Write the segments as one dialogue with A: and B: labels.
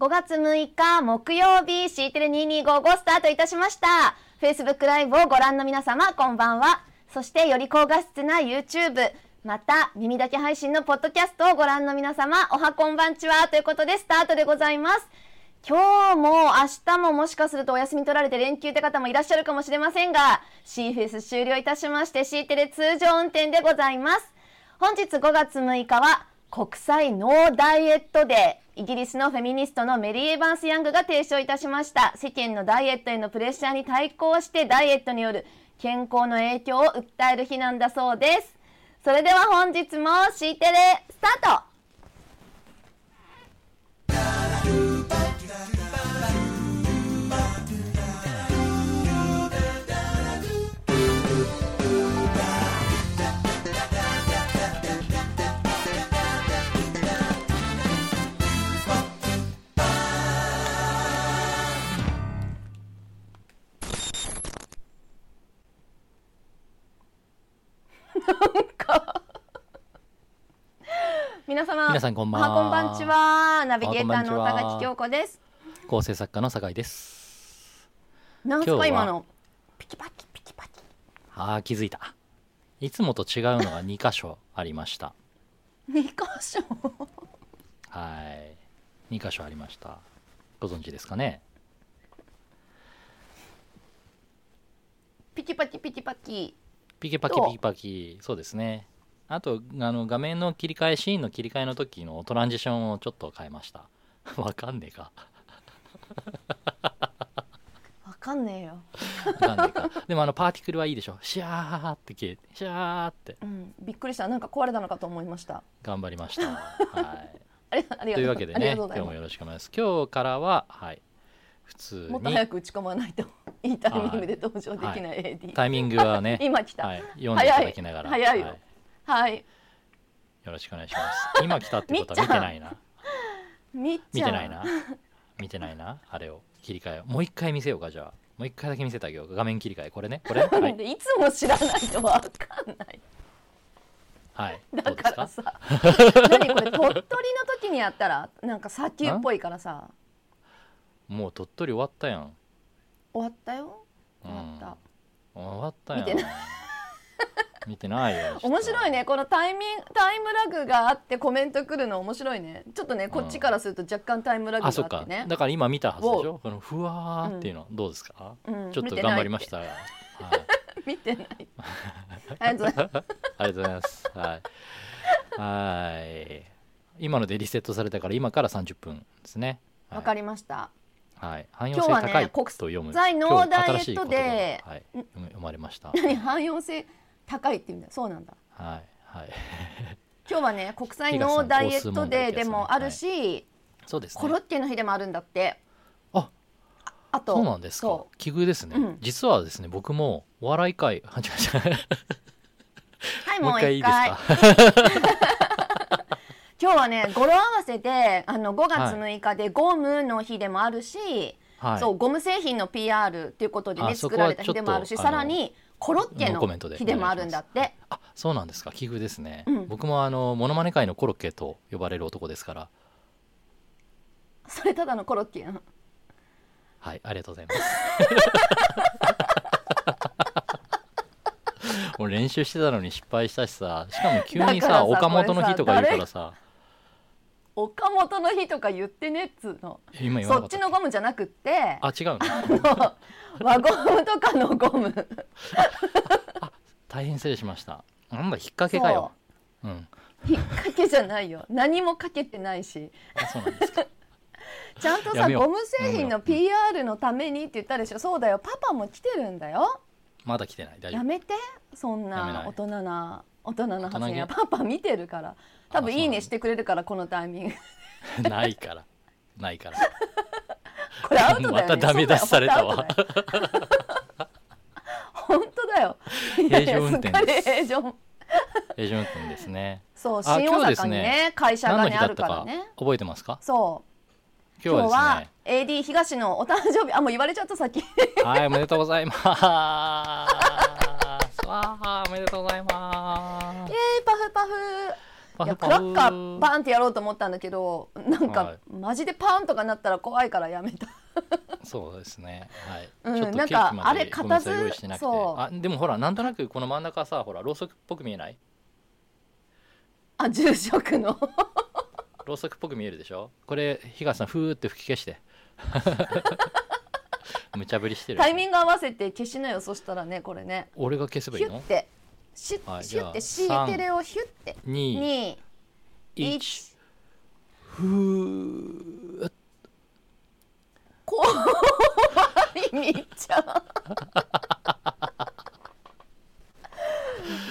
A: 5月6日木曜日 C テレ2255スタートいたしました Facebook ライブをご覧の皆様こんばんはそしてより高画質な YouTube また耳だけ配信のポッドキャストをご覧の皆様おはこんばんちはということでスタートでございます今日も明日ももしかするとお休み取られて連休って方もいらっしゃるかもしれませんが C フェス終了いたしまして C テレ通常運転でございます本日5月6日は国際ノーダイエットデーイギリスのフェミニストのメリー・エヴァンス・ヤングが提唱いたしました世間のダイエットへのプレッシャーに対抗してダイエットによる健康の影響を訴える日なんだそうですそれでは本日も C テレスタート皆様
B: 皆さんこんばんは
A: おはこんばんちはナビゲーターの
B: おはこんば
A: 高
B: んちは
A: 木京子です
B: 構成作家の酒井です
A: なんす
B: 今
A: か
B: 日は
A: 今のピキパキピキパキ
B: あー気づいたいつもと違うのが2箇所ありました
A: 二箇所
B: はい2箇所ありましたご存知ですかね
A: ピキパキピキパキ
B: ピケパキ
A: どう
B: ピケパキそうですねあとあの画面の切り替えシーンの切り替えの時のトランジションをちょっと変えました わかんねえか
A: わかんねえよ
B: わかんねえかでもあのパーティクルはいいでしょシャーって消えシャーって
A: うんびっくりしたなんか壊れたのかと思いました
B: 頑張りましたはい
A: ありありがとう
B: というわけで
A: ありが
B: ね
A: とうございま
B: 今日も
A: す
B: よろしくお願いします今日からははい普通
A: もっと
B: に
A: 早く打ち込まないといいタイミングで登場できない AD、
B: タイミングはね、
A: 今来た
B: は
A: はいい、
B: 読んでいただきながら、
A: 早いよ
B: は
A: はい、
B: よろしくお願いします。今来たってことは
A: みっち
B: 見
A: ゃ
B: て
A: ん
B: ないな、
A: みっ
B: 見
A: ちゃん
B: てないな、見てないな、あれを切り替えよう、もう一回見せようかじゃあ、もう一回だけ見せてあげようか、画面切り替え、これ ね、これ、は
A: なん
B: い、
A: でいつも知らないとわかんない
B: はい、ど
A: だ
B: うで
A: か
B: す
A: ら
B: か？
A: さ何これ鳥取の時にやったらなんか砂丘っぽいからさ
B: もう鳥取終わったやん、
A: 終わったよ
B: うん
A: 終わった、
B: 終わったやん、
A: 見てな
B: 見てないよ、
A: 面白いねこのタイミングタイムラグがあってコメント来るの面白いねちょっとねこっちからすると若干タイムラグがあ
B: あ、
A: っ
B: そっか
A: て、ね
B: だから今見たはずでしょ、このふわーっていうの、どうですか？
A: うん
B: ちょっと頑張りました。はい
A: 見てない ありがとうございます
B: ありがとうございます。はい。はい。今のでリセットされたから、今から30分ですね。はい、
A: わかりました
B: はい。汎用
A: 今日
B: 性
A: は
B: 高
A: ね
B: いと
A: 国
B: 読む。
A: 際ノーダイエットデー
B: 今日新しい言葉がはい、読む読まれました。
A: 何汎用性高いっていうんだそうなんだ
B: はい。はい。
A: 今日はね国際ノーダイエットデーでもあるし、
B: そうです
A: コロ
B: ね
A: ッ。ケの日でもあるんだって
B: あ、
A: あと
B: そうなんですか
A: そ。
B: 奇遇ですね、
A: うん
B: 実はですね、僕もお笑い会、あ、違う違う。
A: うはい
B: も
A: も
B: う
A: う一
B: 一回
A: 回
B: いいですか。
A: 今日はね語呂合わせであの5月6日でゴムの日でもあるし、
B: はい。
A: そうゴム製品の PR っていうことでね
B: あそこ
A: 作
B: は
A: られた日でもある
B: ち
A: し
B: ょっと
A: さらにコロッケ
B: ノーコメント
A: の
B: で
A: 日でもあるんだって
B: あ、そうなんですか。奇遇ですね。
A: うん
B: 僕もあのモノマネ界のコロッケと呼ばれる男ですから。
A: それただのコロッケやん
B: はい、ありがとうご ざいます。俺練習してたのに失敗したしさ、しかも急に
A: だから
B: さ、
A: さ
B: 岡本の日とか言うからさ、
A: 岡本の日とか言ってねっつうの
B: 今言わ
A: そ
B: なか
A: っ
B: った
A: ち。のゴムじゃなくって
B: あ、違うの。
A: の輪ゴムとかのゴム
B: 大変失礼しました。なんだ、引っ掛けかよ。うん。
A: 引っ掛けじゃないよ何もかけてないし
B: あ、そうなんですか。
A: ちゃんと
B: や
A: さ
B: めよう
A: ゴム製品の PR のためにって言ったでしょそうだよパパも来てるんだよ
B: まだ来てない。大丈
A: や
B: 夫。
A: めてそん
B: やめな
A: ない大人な大人な発言
B: 大
A: はパパ見てるから多分
B: あそう
A: いい
B: な
A: ね
B: の
A: してくれるからこのタイミング
B: ないから。ないから。
A: これアウトだよ、ね、
B: またダメ出しされたわ
A: そうだよ 本当だよ本当だよいやいや
B: 平常運
A: す
B: 転
A: っかり
B: です
A: 平常
B: え、ジョン君ですね。
A: そう
B: あ
A: 新
B: 今日
A: 大
B: です
A: 阪にね
B: ね
A: 会社が
B: 何の
A: ね
B: 日
A: あ
B: だっ
A: る
B: た
A: から
B: か
A: ね
B: 覚えてますか？
A: そう
B: 今日はですね。
A: AD 東のお誕生日あもう言われちゃった 先
B: はい、おめでとうございます。わあ、おめでとうございま
A: え
B: す。
A: ー、パフパフ
B: パ
A: いや
B: フ
A: ク
B: パ
A: ラ
B: フ
A: ッカーバーンってやろうと思ったんだけどなんか、
B: はい
A: マジでパーンとかなったら怖いからやめた
B: そうですねはい、
A: うん
B: ちょっと
A: なん
B: ケ
A: か
B: ーキまで
A: あれ
B: ごめんなさい
A: 片づ
B: 用意してなくて
A: そう
B: あでもほらなんとなくこの真ん中さほらろうそくっぽく見えない
A: あ住職の
B: ろうそくっぽく見えるでしょこれ東さんふーって吹き消して 無茶ぶりしてる
A: タイミング合わせて消しなよそしたらねこれね
B: 俺が消せばい
A: ヒ
B: い
A: ュッ
B: の
A: てシュッ、
B: はい
A: シュッてシ
B: じゃあ
A: ーテレをヒュッて
B: 2
A: 2
B: 1
A: 1
B: ふー
A: 怖いみっちゃ ん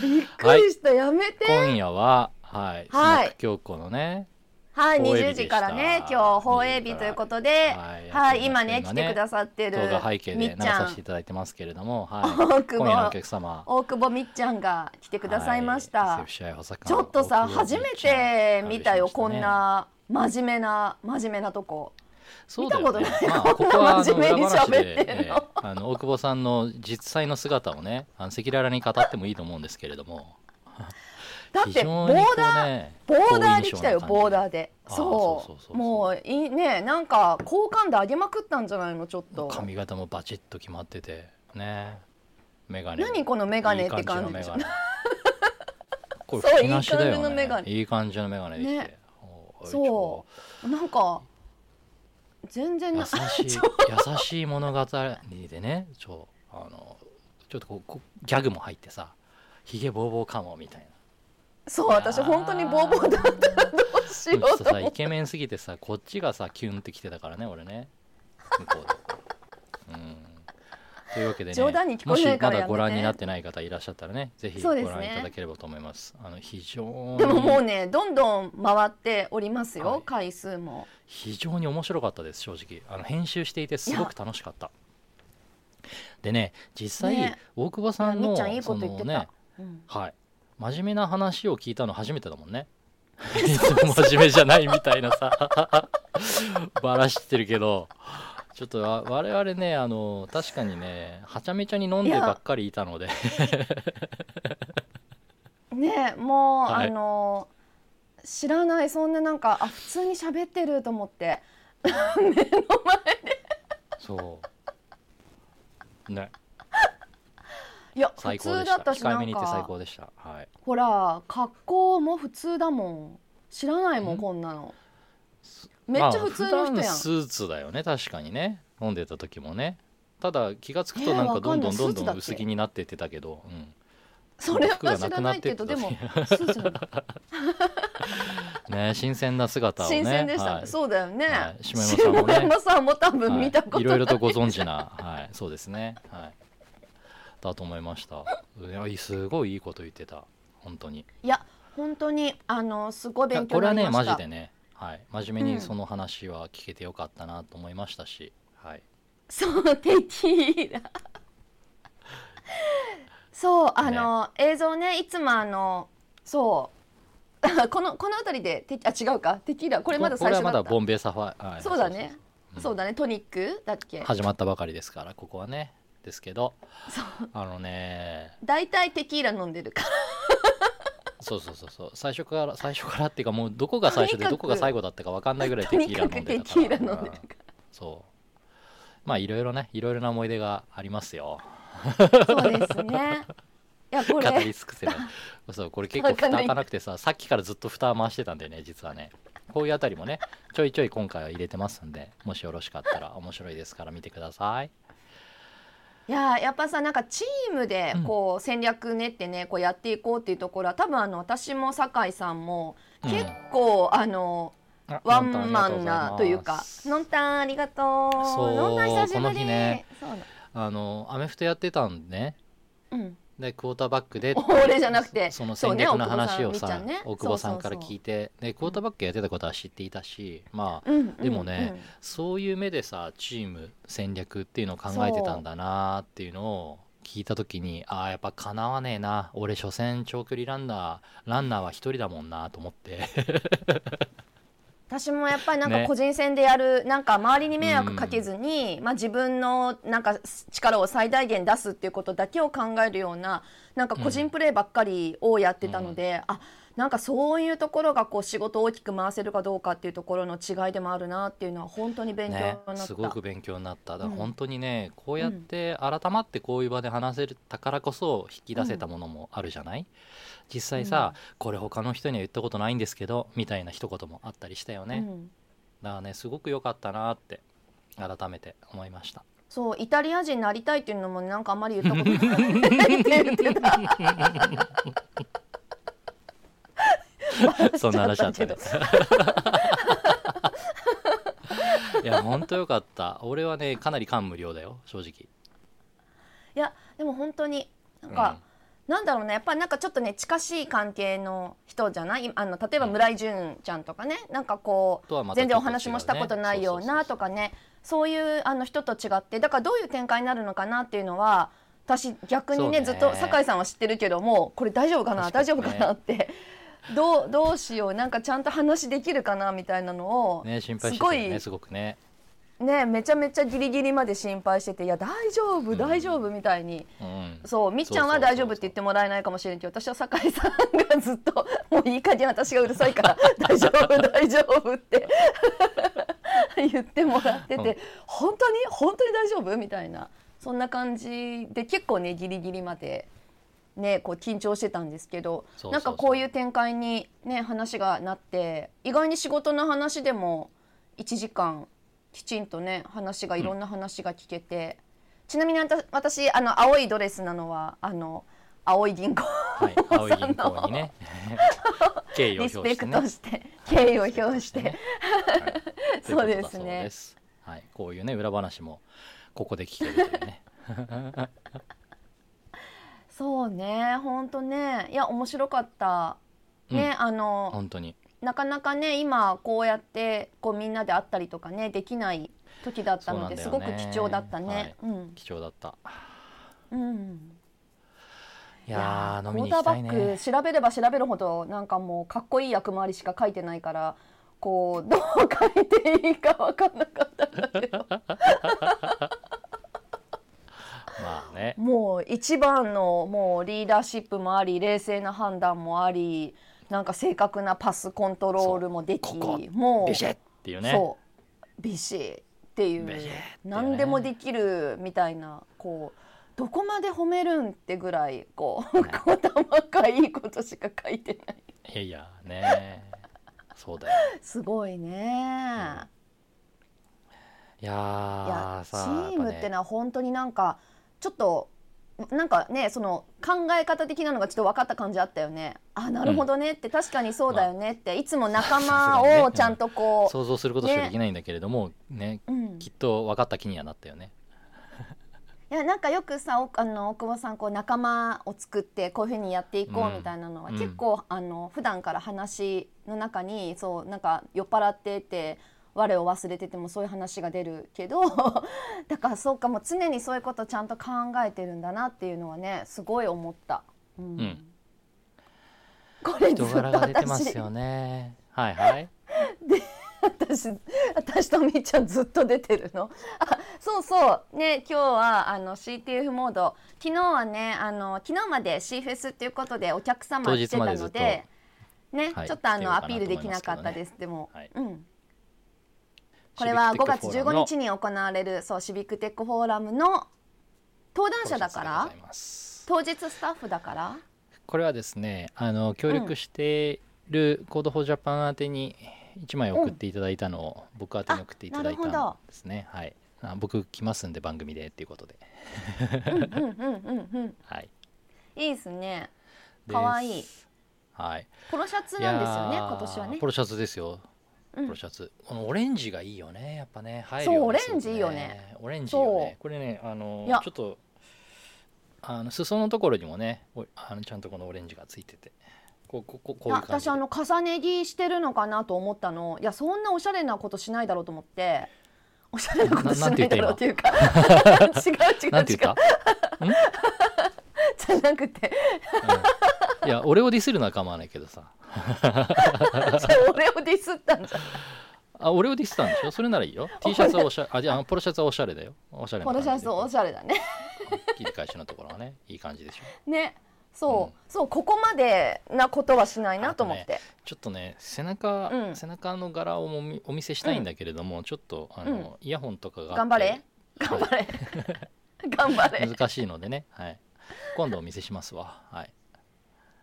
A: びっくりした、やめて
B: 今夜ははい、
A: はい
B: スナック京子のね
A: はい、
B: 放映日
A: 20時からね
B: でし、た
A: 今日放映日ということで、
B: はい
A: はい、今ね、
B: 今
A: 来
B: ね
A: てくださってる
B: 動画背景
A: み
B: で
A: っ
B: 流
A: ちゃ
B: させ
A: ん
B: てい、ただいてますけれども、 は
A: 大
B: い、今夜
A: 久
B: のお
A: 保、
B: 客様
A: 大久保みっちゃんが来てくださいました。
B: はいセフシアイ補佐官
A: ちょっとさ、
B: 大久保
A: 初
B: み
A: め
B: っちゃん
A: て見たよ、
B: 旅しま
A: こ
B: したね
A: んな真面目な、真面目なとこ。
B: そうだよね
A: 見たことない
B: まあ、ここはあ
A: こ
B: の
A: んな真面
B: 裏
A: 目に
B: 話で、
A: 喋ってんの
B: え えあの大久保さんの実際の姿をね、あの赤裸々に語ってもいいと思うんですけれども、
A: だって、
B: 非
A: ボ
B: 常
A: ー
B: にこう
A: ダー、
B: ね
A: ボーダーで来たよ、
B: 好印象な感じ
A: ボーダーで。
B: あー
A: そ、
B: そうそうそうそうう
A: もう、いいね、なんか、好感度上げまくったんじゃないの、ちょっと。
B: 髪型もバチッと決まってて、ね、メガネも。
A: 何このメガネって感じ
B: いい
A: でしょ
B: のメガネ。 これ、
A: そう
B: 吹きなしだ
A: いい感じの
B: よ
A: メガ
B: ね。
A: ネ
B: いい感じのメガネできて。
A: ね
B: おい
A: そそう、なんか。全然な、
B: 優しい優しい物語でねちょあのちょっとこうこうギャグも入ってさひげぼうぼうかもみたい
A: そう私本当にボーボーだったらどうし
B: な
A: よ
B: ちょっ
A: う
B: と
A: と
B: さ
A: 思
B: イ
A: っ
B: ケメンすぎてさこっちがさキュンってきてたからね俺ね向こうで。うんというわけでね
A: 冗談に聞こえないからや
B: もしま
A: めて
B: だご覧になってない方いらっしゃったらねぜひ
A: そう
B: ご
A: ですね
B: 覧いただければと思いますあの非
A: て
B: 常に
A: でももうねどんどん回っておりますよ、
B: はい
A: 回数も
B: 非常に面白かったです正直あの編集していてすごく楽しかったでね実際、
A: ね
B: 大久保さん
A: み
B: の
A: っちゃんいいこと
B: そ
A: 言っ
B: の
A: てた、
B: ね
A: うん
B: はい真面目な話を聞いたの初めてだもんねいつも真面目じゃないみたいなさ バラしてるけどちょっとわ我々ねあの確かにねはちゃめちゃに飲んでばっかりいたので
A: ねもう、
B: はい
A: あの知らないそんななんかあ普通に喋ってると思って
B: そうね
A: いや普
B: 最高
A: 通だ
B: でし
A: ったたし
B: 控え
A: な
B: め
A: ん
B: に言って最
A: か
B: 高でしたはい
A: ほら格好も普通だもん知らないもん
B: ん
A: こんなのめっちゃ普通の人
B: まあ普
A: やん、
B: 段スーツだよね確かにね飲んでた時もねただ気がつくとなん
A: えーわか
B: かど
A: ん
B: ん
A: ない
B: どんどんど
A: スーツだっ
B: ん
A: け
B: 薄着になってってたけど、うん
A: それは
B: 服が
A: 知
B: な
A: ら
B: くな
A: な
B: っ
A: い
B: て
A: け
B: っ
A: ど
B: た
A: でも
B: 時
A: スーツなん だ
B: ね、新鮮な姿をね
A: 新鮮でした、
B: はい
A: そうだよね、
B: はい下山さんも
A: 下
B: ね
A: 山さんも多分
B: はい
A: 見たことない
B: いろいろとご存知な、はい、そうですね、はい、だと思いましたいやいいすごいいいこと言ってた本当に
A: いや本当にあのすごい
B: いや
A: 勉強
B: こ
A: になり
B: れは
A: ま
B: ねマ
A: した
B: ジでね、はい、真面目にその話は聞けてよかったなと思いましたし、はい、
A: そうテキーラ そうあの、映像ねいつもあのそう このこの辺りでテキあ違うかテキーラこれまだ
B: ここ
A: 最
B: れは
A: 初だ
B: ま
A: った
B: だボンベイサファイ、はい
A: そうだね
B: そううん
A: そうだねトニックだっけ
B: 始まったばかりですからここはねですけどあのね
A: 大体テキーラ飲んでる から
B: そうそうそうそう最初から最初からっていうかもうどこが最初
A: とにか
B: で
A: く
B: どこが最後だったか分かんないぐらい
A: と
B: テキ
A: に
B: ー
A: か
B: ラ飲
A: く
B: んで
A: テ
B: たから
A: キーラ飲んでる
B: うん
A: か
B: そうまあいろいろねいろいろな思い出がありますよ
A: らそうですねいやこ
B: 語り
A: れ
B: 尽くせばそうこれ結構蓋開かなくてささっきからずっと蓋回してたんだよね実はねこういうあたりもねちょいちょい今回は入れてますんでもしよろしかったら面白いですから見てください
A: いややっぱさなんかチームで
B: うん
A: こう戦略練ってねこうやっていこうっていうところは多分あの私も酒井さんも
B: うん
A: 結構、あの
B: あ
A: ワンマンな
B: ノンタンありがござます
A: というかのんたんありがとう
B: そう
A: のんたん久しぶり
B: この日ね
A: そうな
B: あのアメフトやってたんでね
A: うん
B: でクォーターバックで
A: 俺じゃなくて
B: そその
A: そう
B: 戦
A: ね
B: 略の話を
A: 大久保
B: さ
A: さんみっちゃんね
B: 大久保さん
A: そ
B: から
A: うそうそう
B: 聞いてでクォーターバックやってたことは知っていたしまあ
A: うんうん
B: でもねそういう目でさチーム戦略っていうのを考えてたんだなっていうのを聞いた時にああやっぱかなわねえな俺所詮長距離ランナーランナーは一人だもんなと思って
A: 私もやっぱりなんか
B: ね
A: 個人戦でやる、なんか周りに迷惑かけずに、まあ、自分のなんか力を最大限出すっていうことだけを考えるようななんか個人プレーばっかりをやってたので、あなんかそういうところがこう仕事を大きく回せるかどうかっていうところの違いでもあるなっていうのは本当に勉強にな
B: ね
A: った、、
B: すごく勉強になっただから
A: うん
B: 本当にね、こうやって改まってこういう場で話せたからこそ引き出せたものもあるじゃない、実際さ、これ他の人には言ったことないんですけどみたいな一言もあったりしたよね、
A: うん
B: だからねすごく良かったなって改めて思いました
A: そうイタリア人になりたいっていうのもなんかあんまり言ったことないって言ってた
B: そんな話だったね
A: 笑
B: いや本当良かった 俺はねかなり感無量だよ正直
A: いやでも本当になんか、なんだろうねやっぱりなんかちょっとね近しい関係の人じゃないいあの例えば村井純ちゃんとかねなんかこ
B: とは
A: う
B: また
A: 全
B: ち
A: 然お
B: ょっと違うね
A: 話もしたことないようなとかねそういうあの人と違ってだからどういう展開になるのかなっていうのは私逆にね
B: そ
A: ず
B: う
A: っ
B: ね
A: と酒井さんは知ってるけどもこれ大丈夫かな
B: 確か
A: 大
B: に
A: 丈
B: ね
A: 夫かなってどうどうしようなんかちゃんと話できるかなみたいなのをね
B: ね心配してたよ
A: すごい
B: ねすごくね
A: めちゃめちゃギリギリまで心配してていや大丈
B: う
A: 夫
B: ん
A: 大丈夫みたいに
B: うん
A: そうみっちゃんは大丈夫って言ってもらえないかもしれんけど私は酒井さんがずっと もういい加減私がうるさいから 大丈夫大丈夫って 言ってもらってて、
B: うん
A: 本当に本当に大丈夫みたいなそんな感じで結構ねギリギリまで。ね、こう緊張してたんですけど
B: そうそうそう
A: なんかこういう展開に、ね、話がなって意外に仕事の話でも1時間きちんとね話がいろんな話が聞けて、ちなみにあんた私あの青いドレスなのはあの青い銀行
B: はい、青い銀行に ね敬意を
A: リ
B: 表
A: ス
B: し
A: ペ
B: て
A: ク
B: ね
A: トして敬意を表して、
B: はい
A: そうですね
B: といことだそうですはい、こういうね裏話もここで聞けるという ね
A: そうね本当ねいや面白かったね、あの
B: 本当に
A: なかなかね今こうやってこうみんなで会ったりとかねできない時だったので、す
B: そうな
A: ご
B: んだよ
A: く
B: ね
A: 貴重だったね、
B: 貴重だった
A: うんうん
B: いやー飲み
A: クォーター
B: に行きた
A: バ
B: い
A: ッ
B: ね
A: ク調べれば調べるほどなんかもうかっこいい役回りしか書いてないからこうどう書いていいか分かんなかったんだけど
B: まあね
A: もう一番のもうリーダーシップもあり冷静な判断もありなんか正確なパスコントロールもでき
B: そうここ
A: もう
B: ビシッっていうね
A: そうビシッっていう
B: ビシッっていうね
A: 何でもできるみたいなこうどこまで褒めるんってぐらいこう、
B: ね
A: こう細かいいいことしか書いてない。
B: いやいやねそうだよ
A: すごいね、
B: いや
A: いや
B: ー
A: チ
B: さあ
A: ームって
B: や
A: のは本当になんかちょっとなんかねその考え方的なのがちょっと分かった感じあったよねあなるほどねって、確かにそうだよねって、いつも仲
B: さすがに
A: 間
B: ね
A: をちゃんと
B: っぱ
A: こ
B: ね想像することしかできないんだけれどもね
A: う、うん、
B: きっと分かった気にはなったよね
A: いやなんかよくさおあの大久保さんこう仲間を作ってこういうふうにやっていこ
B: うん
A: うみたいなのは、
B: うん
A: 結構あの普段から話の中にそうなんか酔っ払ってて我を忘れててもそういう話が出るけど だからそうかもう常にそういうことちゃんと考えてるんだなっていうのはねすごい思った。うん
B: うん
A: これず
B: 人
A: っと
B: 柄が出てます
A: 私
B: よねはいはい
A: 私私とみーちゃんずっと出てるのあそうそうね今日はあの CTF モード昨日はねあの昨日まで C フェスっていうことでお客様
B: 当
A: 来
B: 日
A: て
B: ま
A: た
B: でずっ
A: の
B: と
A: でね、
B: はい
A: ちょっとあ
B: 来てよう
A: の
B: か
A: ア
B: な
A: ピールできなかった
B: と思います
A: で
B: けどね
A: すでも、
B: はい
A: うんこれは5月15日に行われるそうシビックテックフォーラムの登壇者だから
B: 当日でございます
A: 当日スタッフだから
B: これはですねあの協力しているコードフォージャパン宛てに1枚送っていただいたのを僕宛てに送っていただいたん
A: あなるほど
B: ですね、はいあ僕来ますんで番組でっていうことで
A: うんうんうんうんうん
B: はい
A: いいですね
B: です
A: かわいい
B: はい
A: ポロシャツなんですよね
B: いやー
A: 今年はね
B: ポロシャツですよ
A: うん
B: ポロシャツ、このオレンジがいいよねやっぱね映える
A: そう
B: よね
A: オレンジいいよね
B: すごくオレンジいいよ
A: そ
B: ねこれねあの
A: いや
B: ちょっとあの裾のところにもねおあのちゃんとこのオレンジがついててこうこうこうこう
A: い
B: いう
A: や
B: 感
A: 私
B: じで
A: あの重ね着してるのかなと思ったのいやそんなおしゃれなことしないだろうと思っておしゃれなことし
B: な
A: な
B: なんて言
A: い
B: っ
A: だ
B: た今
A: ろうっていうか違う 違う違
B: な
A: うん
B: て言った
A: じゃなくて
B: いや俺をディスるのは構わないけどさ
A: じゃあ俺をディスったん じゃん
B: あ俺をディスったんでしょそれならいい よ T シャツはおしゃれあじゃあポロシャツはおしゃれだよおしゃれな
A: ポロ
B: 感
A: シ
B: じで
A: ャツおしゃれだね
B: 切り返しのところはねいい感じでしょ
A: ねそう、そうここまでなことはしないなと思って、
B: ちょっとね背中、
A: うん
B: 背中の柄をもみお見せしたいんだけれども、ちょっとあの、イヤホンとかがあって
A: 頑張れ頑張れ頑張れ
B: 難しいのでね、はい、今度お見せしますわ、はい、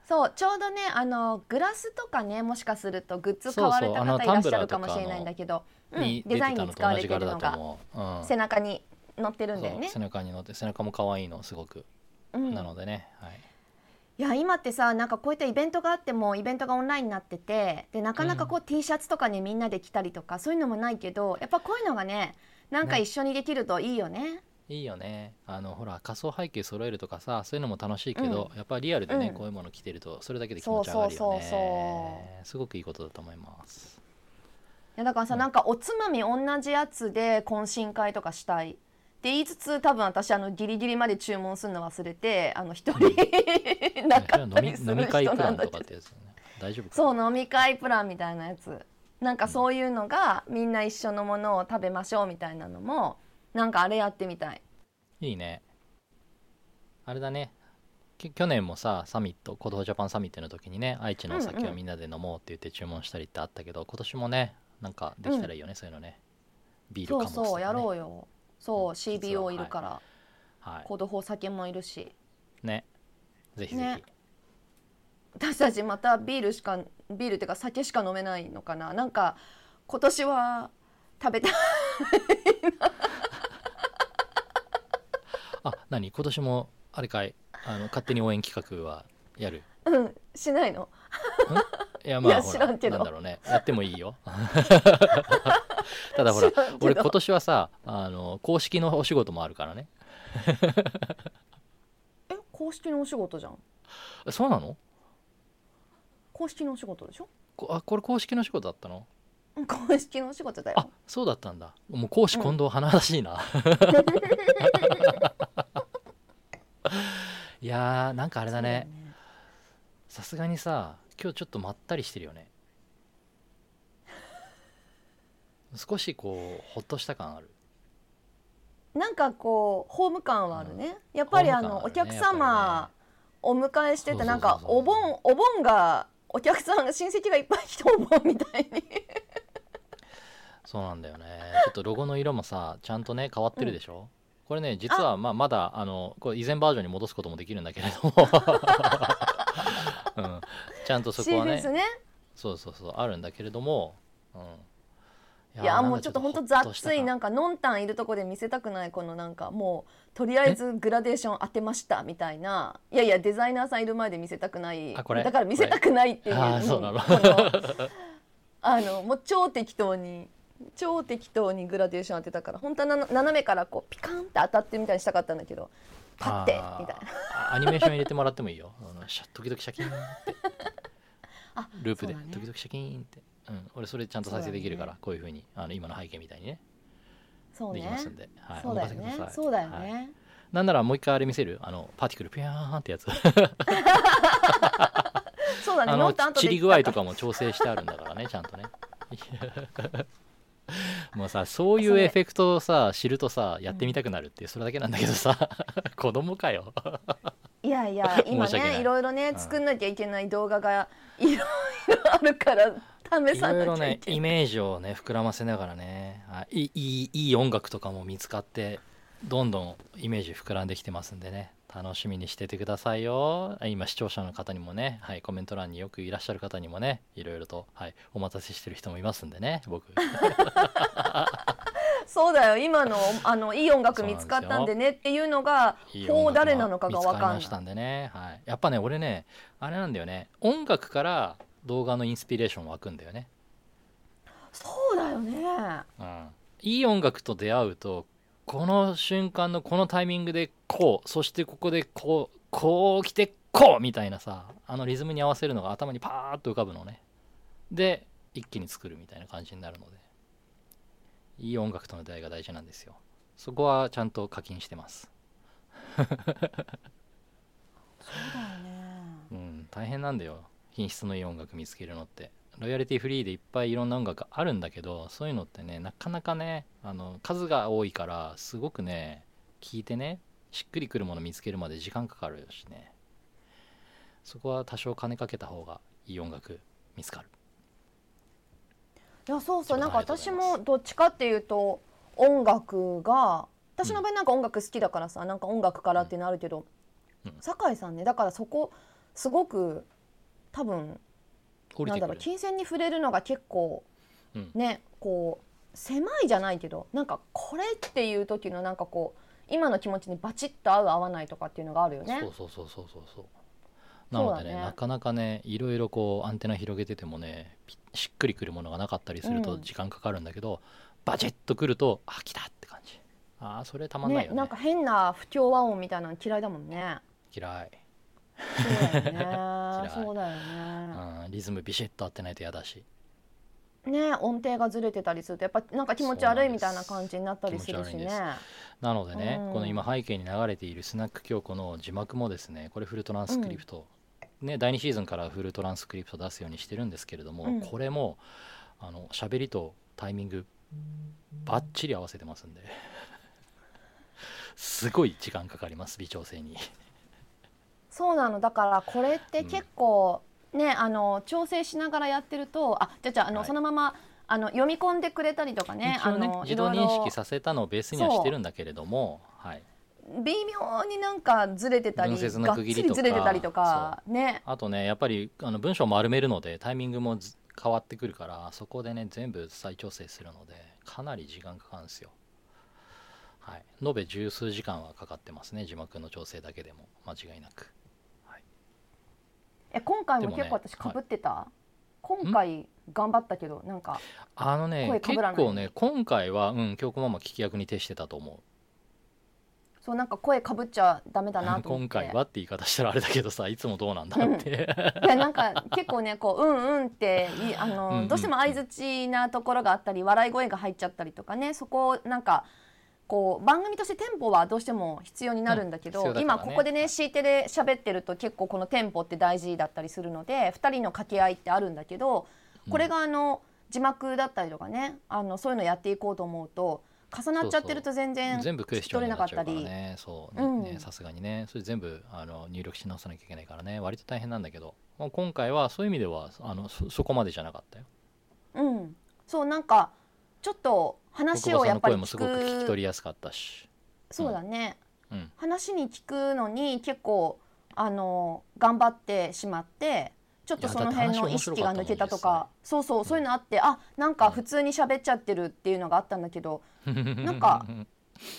A: そうちょうどねあのグラスとかねもしかするとグッズ買
B: そう
A: わ
B: そう
A: れた
B: あの
A: 方いらっし
B: タンブ
A: ゃ
B: ラー
A: る
B: と
A: か
B: かの
A: もしれないんだけど、う
B: に
A: ん、
B: 出
A: デ
B: て
A: ザイン
B: た
A: に
B: の
A: 使わ
B: と同
A: れ
B: じ
A: てる
B: 柄だ
A: の
B: と
A: が
B: 思う、うん
A: 背中に乗ってるんだよ
B: そう
A: ね。
B: 背中に乗って背中も可愛いのすごく、
A: うん
B: なのでね、はい、
A: いや今ってさなんかこういったイベントがあってもイベントがオンラインになっててでなかなかこう、T シャツとかねみんなで着たりとかそういうのもないけどやっぱこういうのがねなんか
B: ね
A: 一緒にできるといいよね。
B: いいよねあのほら仮想背景揃えるとかさそういうのも楽しいけど、やっぱりリアルでね、
A: うん
B: こういうもの着てるとそれだけで気持ち上がるよね
A: そうそうそう
B: すごくいいことだと思います
A: いやだからさ、
B: うん
A: なんかおつまみ同じやつで懇親会とかしたいって言いつつ多分私あのギリギリまで注文するの忘れてあの一 人 なかったり
B: ね
A: す
B: 飲み飲
A: る
B: み会
A: 人
B: プラ
A: な
B: ン
A: んだけ
B: とかっ
A: ど
B: てやつよね大丈夫か
A: そうう飲み会プランみたいなやつなんかそういうのがみんな一緒のものを食べましょうみたいなのもなんかあれやってみたい
B: いいねあれだねき去年もさサミットコドジャパンサミットの時にね愛知のお
A: うん
B: 酒
A: う
B: を
A: ん
B: みんなで飲もうって言って注文したりってあったけど、今年もねなんかできたらいいよね、そういうのねビール
A: そ
B: か
A: う
B: も
A: そうやろ
B: う
A: うよそう
B: うん実は
A: CBO いるから、
B: は
A: コード法酒もいるし
B: いねぜひぜひ、
A: ね私たちまたビールしかビールっていうか酒しか飲めないのかななんか今年は食べたい
B: あ何今年もあれかいあの勝手に応援企画はやる
A: うんしないの
B: いやまあ
A: いや
B: ほ
A: 知
B: ら
A: ら
B: なん
A: んけど
B: だろうねやってもいいよ ただほら
A: 知らんけど
B: 俺今年はさあの公式のお仕事もあるからね
A: え公式のお仕事じゃん
B: あそうなの
A: 公式のお仕事でしょ
B: こあこれ公式の仕事だったの
A: うん公式のお仕事だ
B: あ
A: よ
B: そうだったんだもう公私混同華々しいな、 いやーなんかあ
A: あ
B: れだねさすがにさ今日ちょっとまったりしてるよね少しこうほっとした感ある
A: なんかこうホーム感はあるね、やっぱりあのお
B: ホーム感ある
A: 客
B: ね
A: 様お迎えして
B: そ
A: て
B: うそ
A: な
B: うそうそう
A: んかお盆お盆がお客さんが親戚がいっぱい来てお盆みたいに
B: そうなんだよねちょっとロゴの色もさちゃんとね変わってるでしょ、これね実はまあまだあのこれ以前バージョンに戻すこともできるんだけれ ども、うん、ちゃんとそこは
A: CBS
B: ね
A: ね
B: そうそうそうあるんだけれども、うん、い
A: いやもうちょっと本当ざっついなん
B: か
A: んかのんたんいるとこで見せたくないこのなんかもうとりあえずグラデーション当てましたみたいないやいやデザイナーさんいる前で見せたくない
B: あこれ
A: だから見せたくないっていう
B: これあー
A: ん
B: そうなの
A: このあのもう超適当に超適当にグラデーション当てたから本当はな斜めからこうピカンって当たってみたいにしたかったんだけど立ってみたいな
B: なアニメーション入れてもらってもいいよあ のシャ時々シャキーンって
A: あ
B: ループで、
A: そうだね
B: 時々シャキーンって、うん、俺それちゃんと再生できるから、
A: そうだね
B: こういうふうにあの今の背景みたいにね
A: そう
B: でき
A: ね
B: ますんで、はい、
A: そう
B: お
A: だ
B: 任
A: よ
B: せく
A: ね
B: ださい
A: そうだよ
B: はい
A: ね
B: なんならもう一回あれ見せるあのパーティクルピューンってやつ
A: そうだね
B: あ
A: の
B: の
A: んたん後
B: 散
A: で
B: り具合とかも調整してあるんだからねちゃん とねもうさそういうエフェクトをさ知るとさやってみたくなるっていうそれだけなんだけど さ子供かよ
A: いやいや今
B: 申し訳な
A: ね
B: い
A: いろいろね
B: うん
A: 作んなきゃいけない動画が いろいろあるから試
B: い
A: さ
B: ろい
A: な
B: ろ
A: きゃい
B: ね
A: けない
B: イメージをね膨らませながらねあいいいいいい音楽とかも見つかってどんどんイメージ膨らんできてますんでね楽しみにしててくださいよ今視聴者の方にもね、はい、コメント欄によくいらっしゃる方にもねいろいろと、はい、お待たせしてる人もいますんでね 僕
A: そうだよ今のあのいい音楽見つかったんでねっていうのが
B: いい音楽
A: こ
B: が
A: う誰なのかが
B: 見
A: 分
B: つり
A: かん
B: ま
A: な
B: した
A: い
B: んでね、はい、やっぱね俺ねあれなんだよね音楽から動画のインスピレーション湧くんだよね
A: そうだよね
B: うんいい音楽と出会うとこの瞬間のこのタイミングでこうそしてここでこうこう来てこうみたいなさあのリズムに合わせるのが頭にパーッと浮かぶのねで一気に作るみたいな感じになるのでいい音楽との出会いが大事なんですよそこはちゃんと課金してます
A: そうだよね
B: うん大変なんだよ品質のいい音楽見つけるのってロイヤリティフリーでいっぱいいろんな音楽あるんだけどそういうのってねなかなかねあの数が多いからすごくね聞いてねしっくりくるもの見つけるまで時間かかるしねそこは多少金かけた方がいい音楽見つかる
A: いやそうそう
B: ち
A: な
B: ょ
A: ん
B: っと
A: か
B: ありがとうご
A: 私
B: ざいます
A: もどっちかっていうと音楽が私の場合なんか音楽好きだからさ、なんか音楽からっていうのあるけど、
B: うん
A: 酒井さんねだからそこすごく多分
B: 降り
A: なん
B: て
A: だ
B: く
A: ろう
B: る
A: 金銭に触れるのが結構
B: うん
A: ねこう狭いじゃないけどなんかこれっていう時のなんかこう今の気持ちにバチッと合う合わないとかっていうのがあるよね
B: そう。そうそうそうそうそうなので
A: そう
B: ね
A: だね
B: なかなかねいろいろこうアンテナ広げててもねピしっくりくるものがなかったりする
A: う
B: と
A: ん
B: 時間かかるんだけど、バチッとくるとあ来たって感じああそれたまんないよね
A: なんか変な不協和音みたいなの嫌いだもん ね。
B: 嫌い、
A: そうだよね
B: い。
A: そうだよ
B: う
A: ね。
B: ん、リズムビシッと合ってないと嫌だし
A: ね音程がずれてたりするとやっぱなんか気持ち悪いみたいな感じになったりするし
B: そうなん
A: ね
B: です気持ち悪いんで。なのでね、
A: うん
B: この今背景に流れているスナック京子の字幕もですねこれフルトランスクリプト、ね、第2シーズンからフルトランスクリプト出すようにしてるんですけれども、
A: うん
B: これもあの喋りとタイミングバッチリ合わせてますんで すごい時間かかります微調整に
A: そうなのだからこれって結構、ねあの調整しながらやってるとあじゃあじゃああの、
B: はい
A: そのままあの読み込んでくれたりとかね
B: 一
A: あ
B: 応ね
A: の
B: 自動
A: いろい
B: 認
A: ろ
B: 識させたのをベースにはしてるんだけれども、はい、
A: 微妙になんかずれてたり
B: 文節
A: が
B: の
A: っ
B: 区
A: つ
B: 切り
A: り
B: とか
A: ずれてたりとかね
B: あとねやっぱりあの文章を丸めるのでタイミングもず変わってくるからそこでね全部再調整するのでかなり時間かかるんですよはい延べ十数時間はかかってますね字幕の調整だけでも間違いなく
A: え今回も
B: でもね
A: 結構私かぶってた、今回頑張ったけどなんか
B: あの
A: 声
B: ね
A: か
B: 結
A: ぶらない
B: 構ね今回はうん京子ママ聞き役に徹してたと思
A: そうなんか声かぶっちゃダメだな
B: う
A: と思って
B: 今回はって言い方したらあれだけどさいつもどうなんだって
A: いやなんか結構ねこう うんうんっていあの
B: うんうん
A: どうしても相槌なところがあったり笑い声が入っちゃったりとかねそこをなんかこう番組としてテンポはどうしても必要になるんだけど、
B: うん必要だ
A: 今
B: からね
A: ここでね C テで喋ってると結構このテンポって大事だったりするので2人の掛け合いってあるんだけど これがあの字幕だったりとかねあのそういうのやっていこうと思うと重なっちゃってると全然
B: 全部クエ
A: 聞
B: ス
A: き
B: チョン
A: 取
B: に
A: れな
B: な
A: か
B: っ
A: っ
B: ち
A: た
B: ゃうから
A: り。
B: ねそう
A: うん
B: ねねさすがにねそれ全部あの入力し直さなきゃいけないからね割と大変なんだけど、まあ、今回はそういう意味ではあのそそこまでじゃなかったよ
A: うん、そうなんかちょっと話
B: 小久保
A: を
B: さ
A: や
B: ん
A: っ
B: の
A: ぱり
B: 声も
A: 聞
B: すごく聞き取
A: く
B: りやすかったし、
A: そうだね、
B: うん、
A: 話に聞くのに結構あの頑張ってしまってちょっとその辺の意識が抜けたと
B: いやだっ
A: かそうそうそういうのあって、あなんか普通に喋っちゃってるっていうのがあったんだけど、んか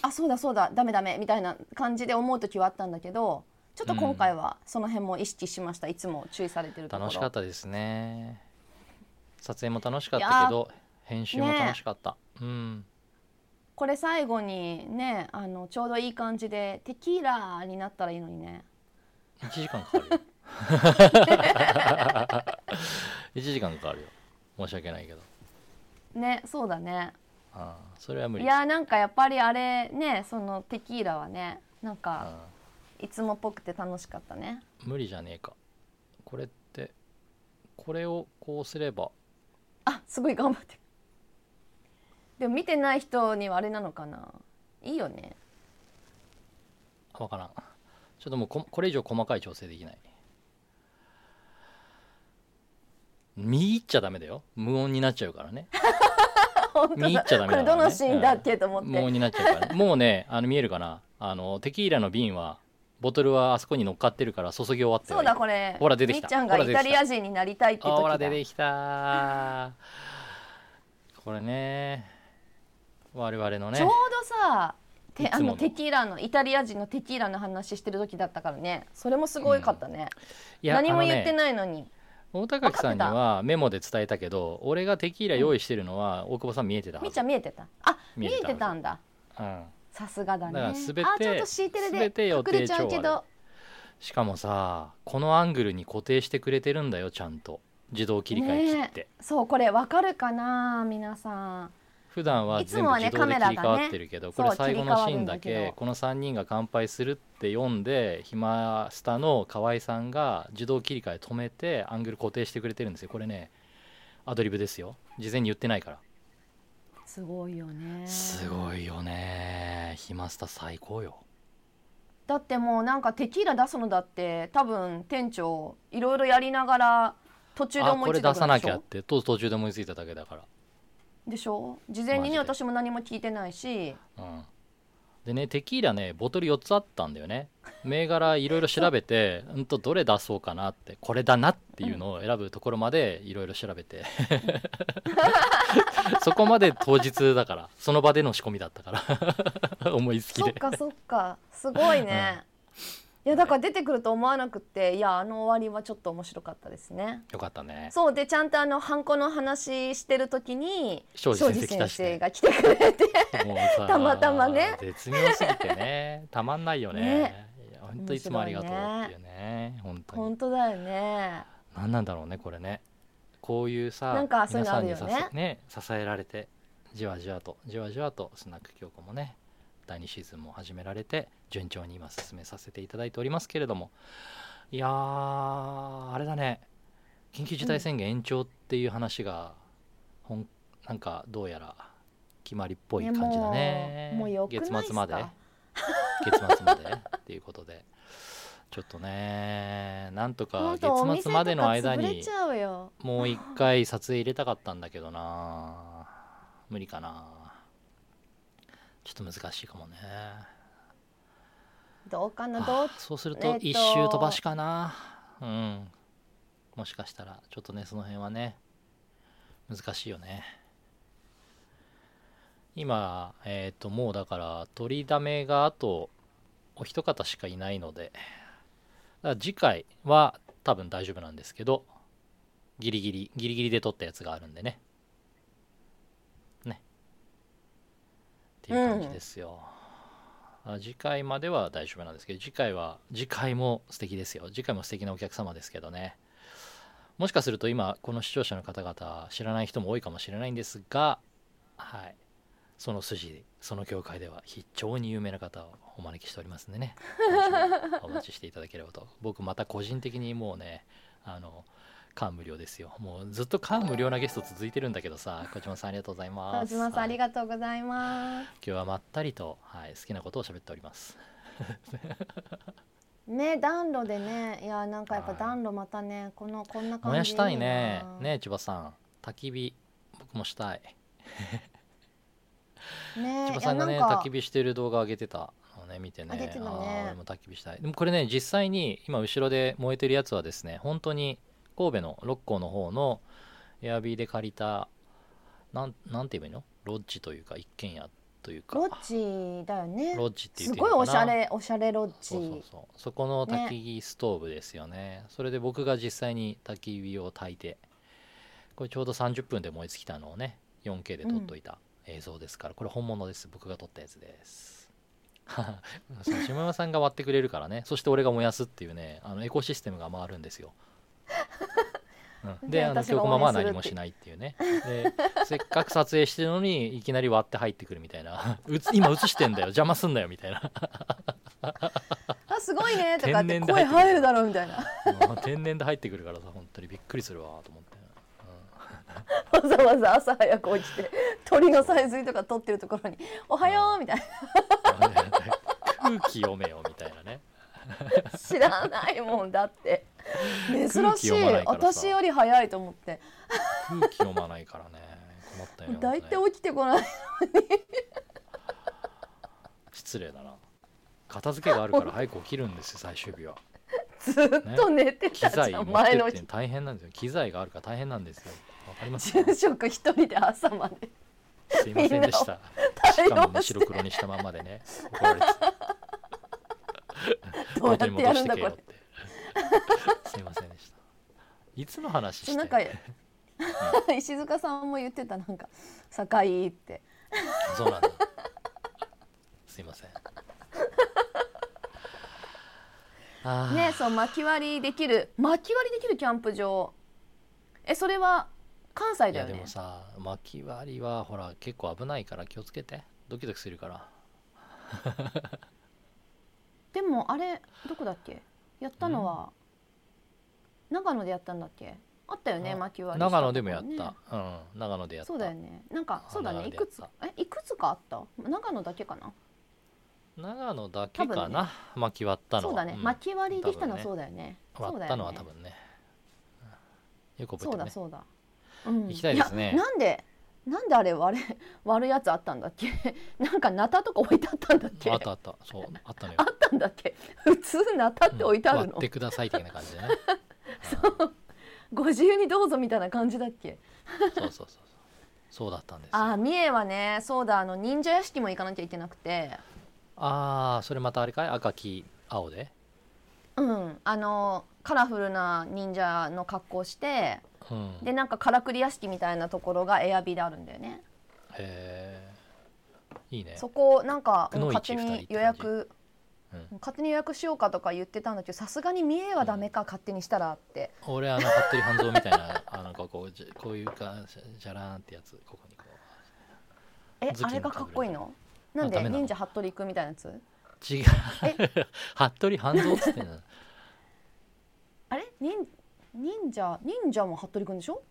A: あそうだそうだダメダメみたいな感じで思う時はあったんだけどちょっと今回はその辺も意識しました、いつも注意されてるところ
B: 楽しかったですね撮影も楽しかったけど編集も楽しかった、うん
A: これ最後にねあのちょうどいい感じで「テキーラ」になったらいいのにね
B: 1時間かか るよ1時間かかるよ申し訳ないけど
A: ねそうだね
B: ああそれは無理
A: いやなんかやっぱりあれねそのテキーラはねなんか、
B: ああ
A: いつもっぽくて楽しかったね。
B: 無理じゃねえかこれってこれをこうすれば
A: あ、すごい頑張ってる。でも見てない人にはあれなのかな。いいよね。
B: わからんちょっともうここれ以上細かい調整できない見入っちゃダメだよ無音になっちゃうからね
A: 本当
B: 見入
A: だ。
B: っちゃダ
A: こ
B: メ
A: れ
B: だ
A: ど
B: から、
A: の
B: ね、
A: シーンだっけと思っ
B: うん無音
A: て。
B: になっちゃうからねもうねあの見えるかなあのテキーラの瓶はボトルはあそこに乗っかってるから注ぎ終わって
A: そうだこれ。
B: ほら出てき
A: み
B: た
A: っちゃんが
B: ほら
A: イ
B: 出て
A: タ
B: きた
A: リア人になりたいって時だ。
B: ほら出てきたこれね我々の
A: ちょう
B: ね
A: どさ。て
B: いつ
A: あ
B: もの
A: のテキーラのイタリア人のテキーラの話してる時だったからねそれもすごいかったね、
B: いや
A: 何も
B: あのね
A: 言ってないのに
B: 大高木さんにはメモで伝えたけど俺がテキーラ用意してるのは大久保さん見えてたはず
A: みっちゃん見えてたあ見
B: 見
A: え
B: えてた
A: てたんだ
B: うん、
A: さすがだね
B: だから全て
A: あちょっと敷いてる
B: 全て
A: で
B: 予定
A: 隠れちゃうけ
B: 調和
A: ど
B: でしかもさこのアングルに固定してくれてるんだよちゃんと自動切り替え切って、
A: ねえそうこれわかるかな皆さん
B: 普段はい
A: つ
B: 全
A: も
B: 部
A: は
B: 自
A: ね
B: 動で切り替わってるけど、
A: カメ
B: こ
A: ラがね
B: れ最後のシーンだ
A: そう切り替わるんだけ
B: け
A: ど
B: この3人が乾杯するって読んでひまスタの河合さんが自動切り替え止めてアングル固定してくれてるんですよこれねアドリブですよ事前に言ってないから
A: すごいよね
B: すごいよねひまスタ最高よ
A: だってもうなんかテキーラ出すのだって多分店長いろいろやりながら途中で
B: あ
A: 思い
B: こ
A: つ
B: れ
A: いたこ
B: 出
A: と
B: さ
A: で
B: な
A: し
B: きゃっ
A: ょ
B: てと途中で思いついただけだか
A: でしょ事前にね
B: マジで
A: 私も何も聞いてないし
B: ら、うん、でねテキーラねボトル4つあったんだよね銘柄いろいろ調べてうんとどれ出そうかなってこれだなっていうのを選ぶところまでいろいろ調 べてそこまで当日だからその場での仕込みだったから 思いつき
A: そっ
B: で
A: かそっかすごいね、いやだから出てくると思わなくっていやあの終わりはちょっと面白かったですね
B: よかったね
A: そうでちゃんとあのハンコの話してる時に
B: 庄司先生来たし
A: 庄司
B: ね
A: が来てくれて
B: もうさ
A: たまたまね
B: 絶妙すぎてねたまんないよね
A: ね
B: いや本当いつもありがとうっていうね本当に
A: 本当だよね
B: 何なんだろうねこれねこういうさ
A: なんかそういうのあるよね
B: 皆さんに支えね支えられてじわじわとじわじわとスナック京子もね第2シーズンも始められて順調に今進めさせていただいておりますけれどもいやーあれだね緊急事態宣言延長っていう話が、ほんなんかどうやら決まりっぽい
A: ね
B: 感じだね
A: もうもうよくないっ
B: 月
A: すか
B: 末まで月末までっていうことでちょっとねなんとか
A: 本当お
B: 月
A: 店
B: 末
A: とか
B: までの間
A: 潰れ
B: に
A: ちゃうよ
B: もう一回撮影入れたかったんだけどな無理かなちょっと難しいかもね
A: どうかなど
B: あ
A: う
B: そうする
A: え
B: と
A: っと
B: 一周飛ばしかな、うんもしかしたらちょっとねその辺はね難しいよね今えっ、ともうだから取りだめがあとお一方しかいないのでだから次回は多分大丈夫なんですけどギリギリギリギリで撮ったやつがあるんでねねっていう感じですよ、あ次回までは大丈夫なんですけど次回は次回も素敵ですよ次回も素敵なお客様ですけどねもしかすると今この視聴者の方々知らない人も多いかもしれないんですがはいその筋その業界では非常に有名な方をお招きしておりますん でね楽しみにお待ちしていただければと僕また個人的にもうねあの感無量ですよもうずっと感無量なゲスト続いてるんだけどさ小島さんありがとうございます
A: 田島さんあ
B: はい
A: りがとうございます
B: 今日はまったりと、はい、好きなことを喋っております
A: ね暖炉でねいやなんかやっぱ
B: はい
A: 暖炉またねこのこんな感じ
B: 燃やしたいね
A: な
B: ねえ千葉さん焚き火僕もしたい
A: ね
B: 千葉さんが
A: い
B: ね
A: やなんか
B: 焚き火してる動画上げてたのね見てね
A: 上げてたね
B: あー俺も焚き火したいでもこれね実際に今後ろで燃えてるやつはですね本当に神戸の六甲の方のエアビーで借りたなんなんて言えばいいのロッジというか一軒家というか
A: ロッジだよね
B: ロッジっていう
A: す
B: の
A: ごい
B: か
A: お
B: な
A: しゃれおしゃれロッジ
B: そうそうそうそこの焚き火ストーブですよねそれで僕が実際に焚き火を焚いてこれちょうど30分で燃え尽きたのをね 4K で撮っといた映像ですから、これ本物です僕が撮ったやつです ははそう下山さんが割ってくれるからねそして俺が燃やすっていうねあのエコシステムが回るんですよ、うん、で
A: で
B: あの
A: 私が
B: 京子ママは
A: 応援する
B: 何もしないっていうねでせっかく撮影してるのにいきなり割って入ってくるみたいなうつ今映してんだよ邪魔すんなよみたいな
A: あすごいねとかって
B: 天然で入
A: 声
B: ってくる
A: 入るだろうみたいな
B: もう天然で入ってくるからさ本当にびっくりするわと思って、
A: わざわざ朝早く起きて鳥のさえずりとか取ってるところに「おはよう」みたい
B: うん空気読めよみたいなね
A: な知らないもんだって珍
B: 空気
A: しい
B: 読まないからさ
A: 私より早いと思って
B: 空気読まないからね困ったよね
A: 大
B: 本当ね
A: 体起きてこない
B: 失礼だな片付けがあるから早く起きるんですよ最終日は
A: ずっと寝て
B: 機
A: たじ
B: 材
A: ゃ
B: 持
A: ん
B: って
A: 前の
B: っ
A: 日
B: て大変なんですよ機材があるから大変なんですよわかります か
A: 昼食一人で朝まです
B: いませんでした
A: みんなを
B: しかもね白黒にしたまんまでね怒られて
A: どうやってやるんだこれ
B: 元に戻してけよってすいませんでしたいつの話して
A: そうなんか石塚さんも言ってたなんか「堺」って
B: そうなんだ。すいません。あー
A: ねそう薪割りできる薪割りできるキャンプ場えそれは関西
B: い
A: だ
B: や
A: よ
B: で
A: ね
B: もさ、薪割りはほら結構危ないから気をつけて。ドキドキするから。
A: でもあれどこだっけやったのは長野でやったんだっけあったよね
B: あ
A: 薪割りした
B: 長
A: とこね
B: 野でもやった。うん、長野でやった。
A: そうだよねなんか
B: あ
A: そうだ
B: 長
A: ね
B: 野
A: い
B: でや
A: く
B: っ
A: つ
B: た
A: かえいくつかあった長野だけかな
B: 長野だけ
A: 多
B: か
A: 分
B: な、
A: ね
B: 巻き割ったの
A: そうだね、
B: ん
A: 巻き割りできたのはそうだよね
B: 割
A: そう
B: っ
A: だ
B: た
A: よ
B: のは
A: ね
B: 多分ねよく覚え
A: そう
B: てる
A: だ
B: ね
A: そうだ、うん
B: 行きたいですね
A: やなんでなんであれ割れ 割るやつあったんだっけ なんかナタとか置いてあったんだっけ
B: あったあったそうあったのよ
A: あったんだっけ 普通ナタって置いてある
B: うん
A: の、
B: 割ってください的な感じでね
A: ご自由にどうぞみたいな感じだっけ
B: そうそうそうそうそうだったんですよ
A: あー三重はねそうだあの忍者屋敷も行かなきゃいけなくて
B: ああそれまたあれかい赤黄青で
A: うんあのカラフルな忍者の格好して
B: うん
A: でなんかからくり屋敷みたいなところがエアビーであるんだよね
B: へえいいね
A: そこをなんか
B: くのいち
A: 勝手
B: 二人っ
A: に
B: て感じ
A: 予約、
B: う
A: 勝手に予約しようかとか言ってたんだけどさすがに三重はダメか、勝手にしたらって
B: 俺あの服部半蔵みた いなあのこうこうじこういうかじゃじゃらーんってやつここにこう
A: え
B: 頭巾
A: あれがかっこいいのなん
B: あ
A: で
B: ダメなの
A: 忍者服部くんみたいなやつ
B: 違う 服部半蔵っつってんの
A: あれ忍忍者忍者も服部くんでしょ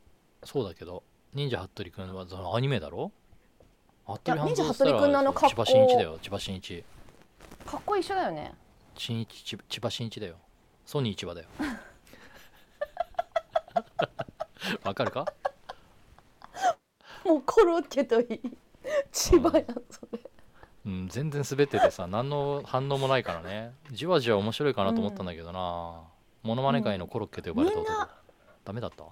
B: そうだけど忍者服部くんはそのアニメだろ服
A: や
B: 部半蔵っつった
A: 忍者服部くんのあの
B: ら
A: 格
B: 千
A: 好
B: 葉真一だよ千葉真一
A: かっこ一緒だよね
B: 真一千千葉真一だよソニー千葉だよ わかるか
A: もうコロッケといい千葉やんそれ
B: うん、全然滑っててさ 何の反応もないからねじわじわ面白いかなと思ったんだけどな、モノマネ界のコロッケと呼ばれた
A: みん
B: 男、
A: な
B: ダメだった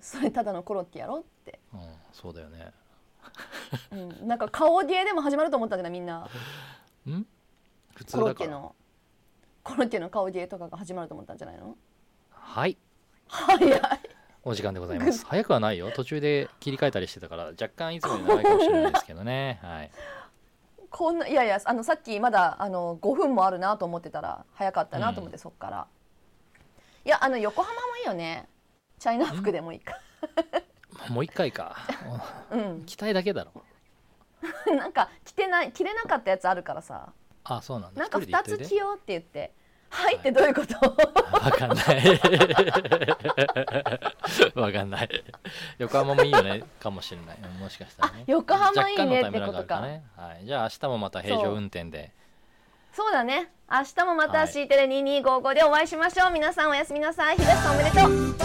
A: それただのコロッケやろって、
B: うんそうだよね
A: うん、なんか顔芸でも始まると思ったんだけどみんな
B: うん普通
A: コロ
B: だ
A: ッ
B: か
A: ケ
B: ら
A: のコロッケの顔芸とかが始まると思ったんじゃないの
B: はい
A: 早い
B: お時間でござ います早くはないよ途中で切り替えたりしてたから若干いつもより長いかもしれないですけどねはい
A: こんないやいやあのさっきまだあの5分もあるなと思ってたら早かったなと思って、そっからいやあの横浜もいいよねチャイナ服でもいいか
B: もう一 回か
A: うん
B: 期待だけだろ
A: なんか着てない着れなかったやつあるからさ
B: あそうなんだ
A: なんか
B: 一人
A: 2
B: で行っとい
A: つ
B: て
A: 着ようって言って「はい」ってどういうこと、
B: わかんない。 わかんない。横浜もいいよね、かもしれない。うんもしかしたらね
A: あ。横浜いいね
B: 若干のためらがある
A: って
B: ね。はい、じゃあ、明日もまた平常運転で。
A: そうだね明日もま
B: は
A: た
B: い
A: C テレ2255でお会いしましょう、皆さんおやすみなさい東さんおめでとう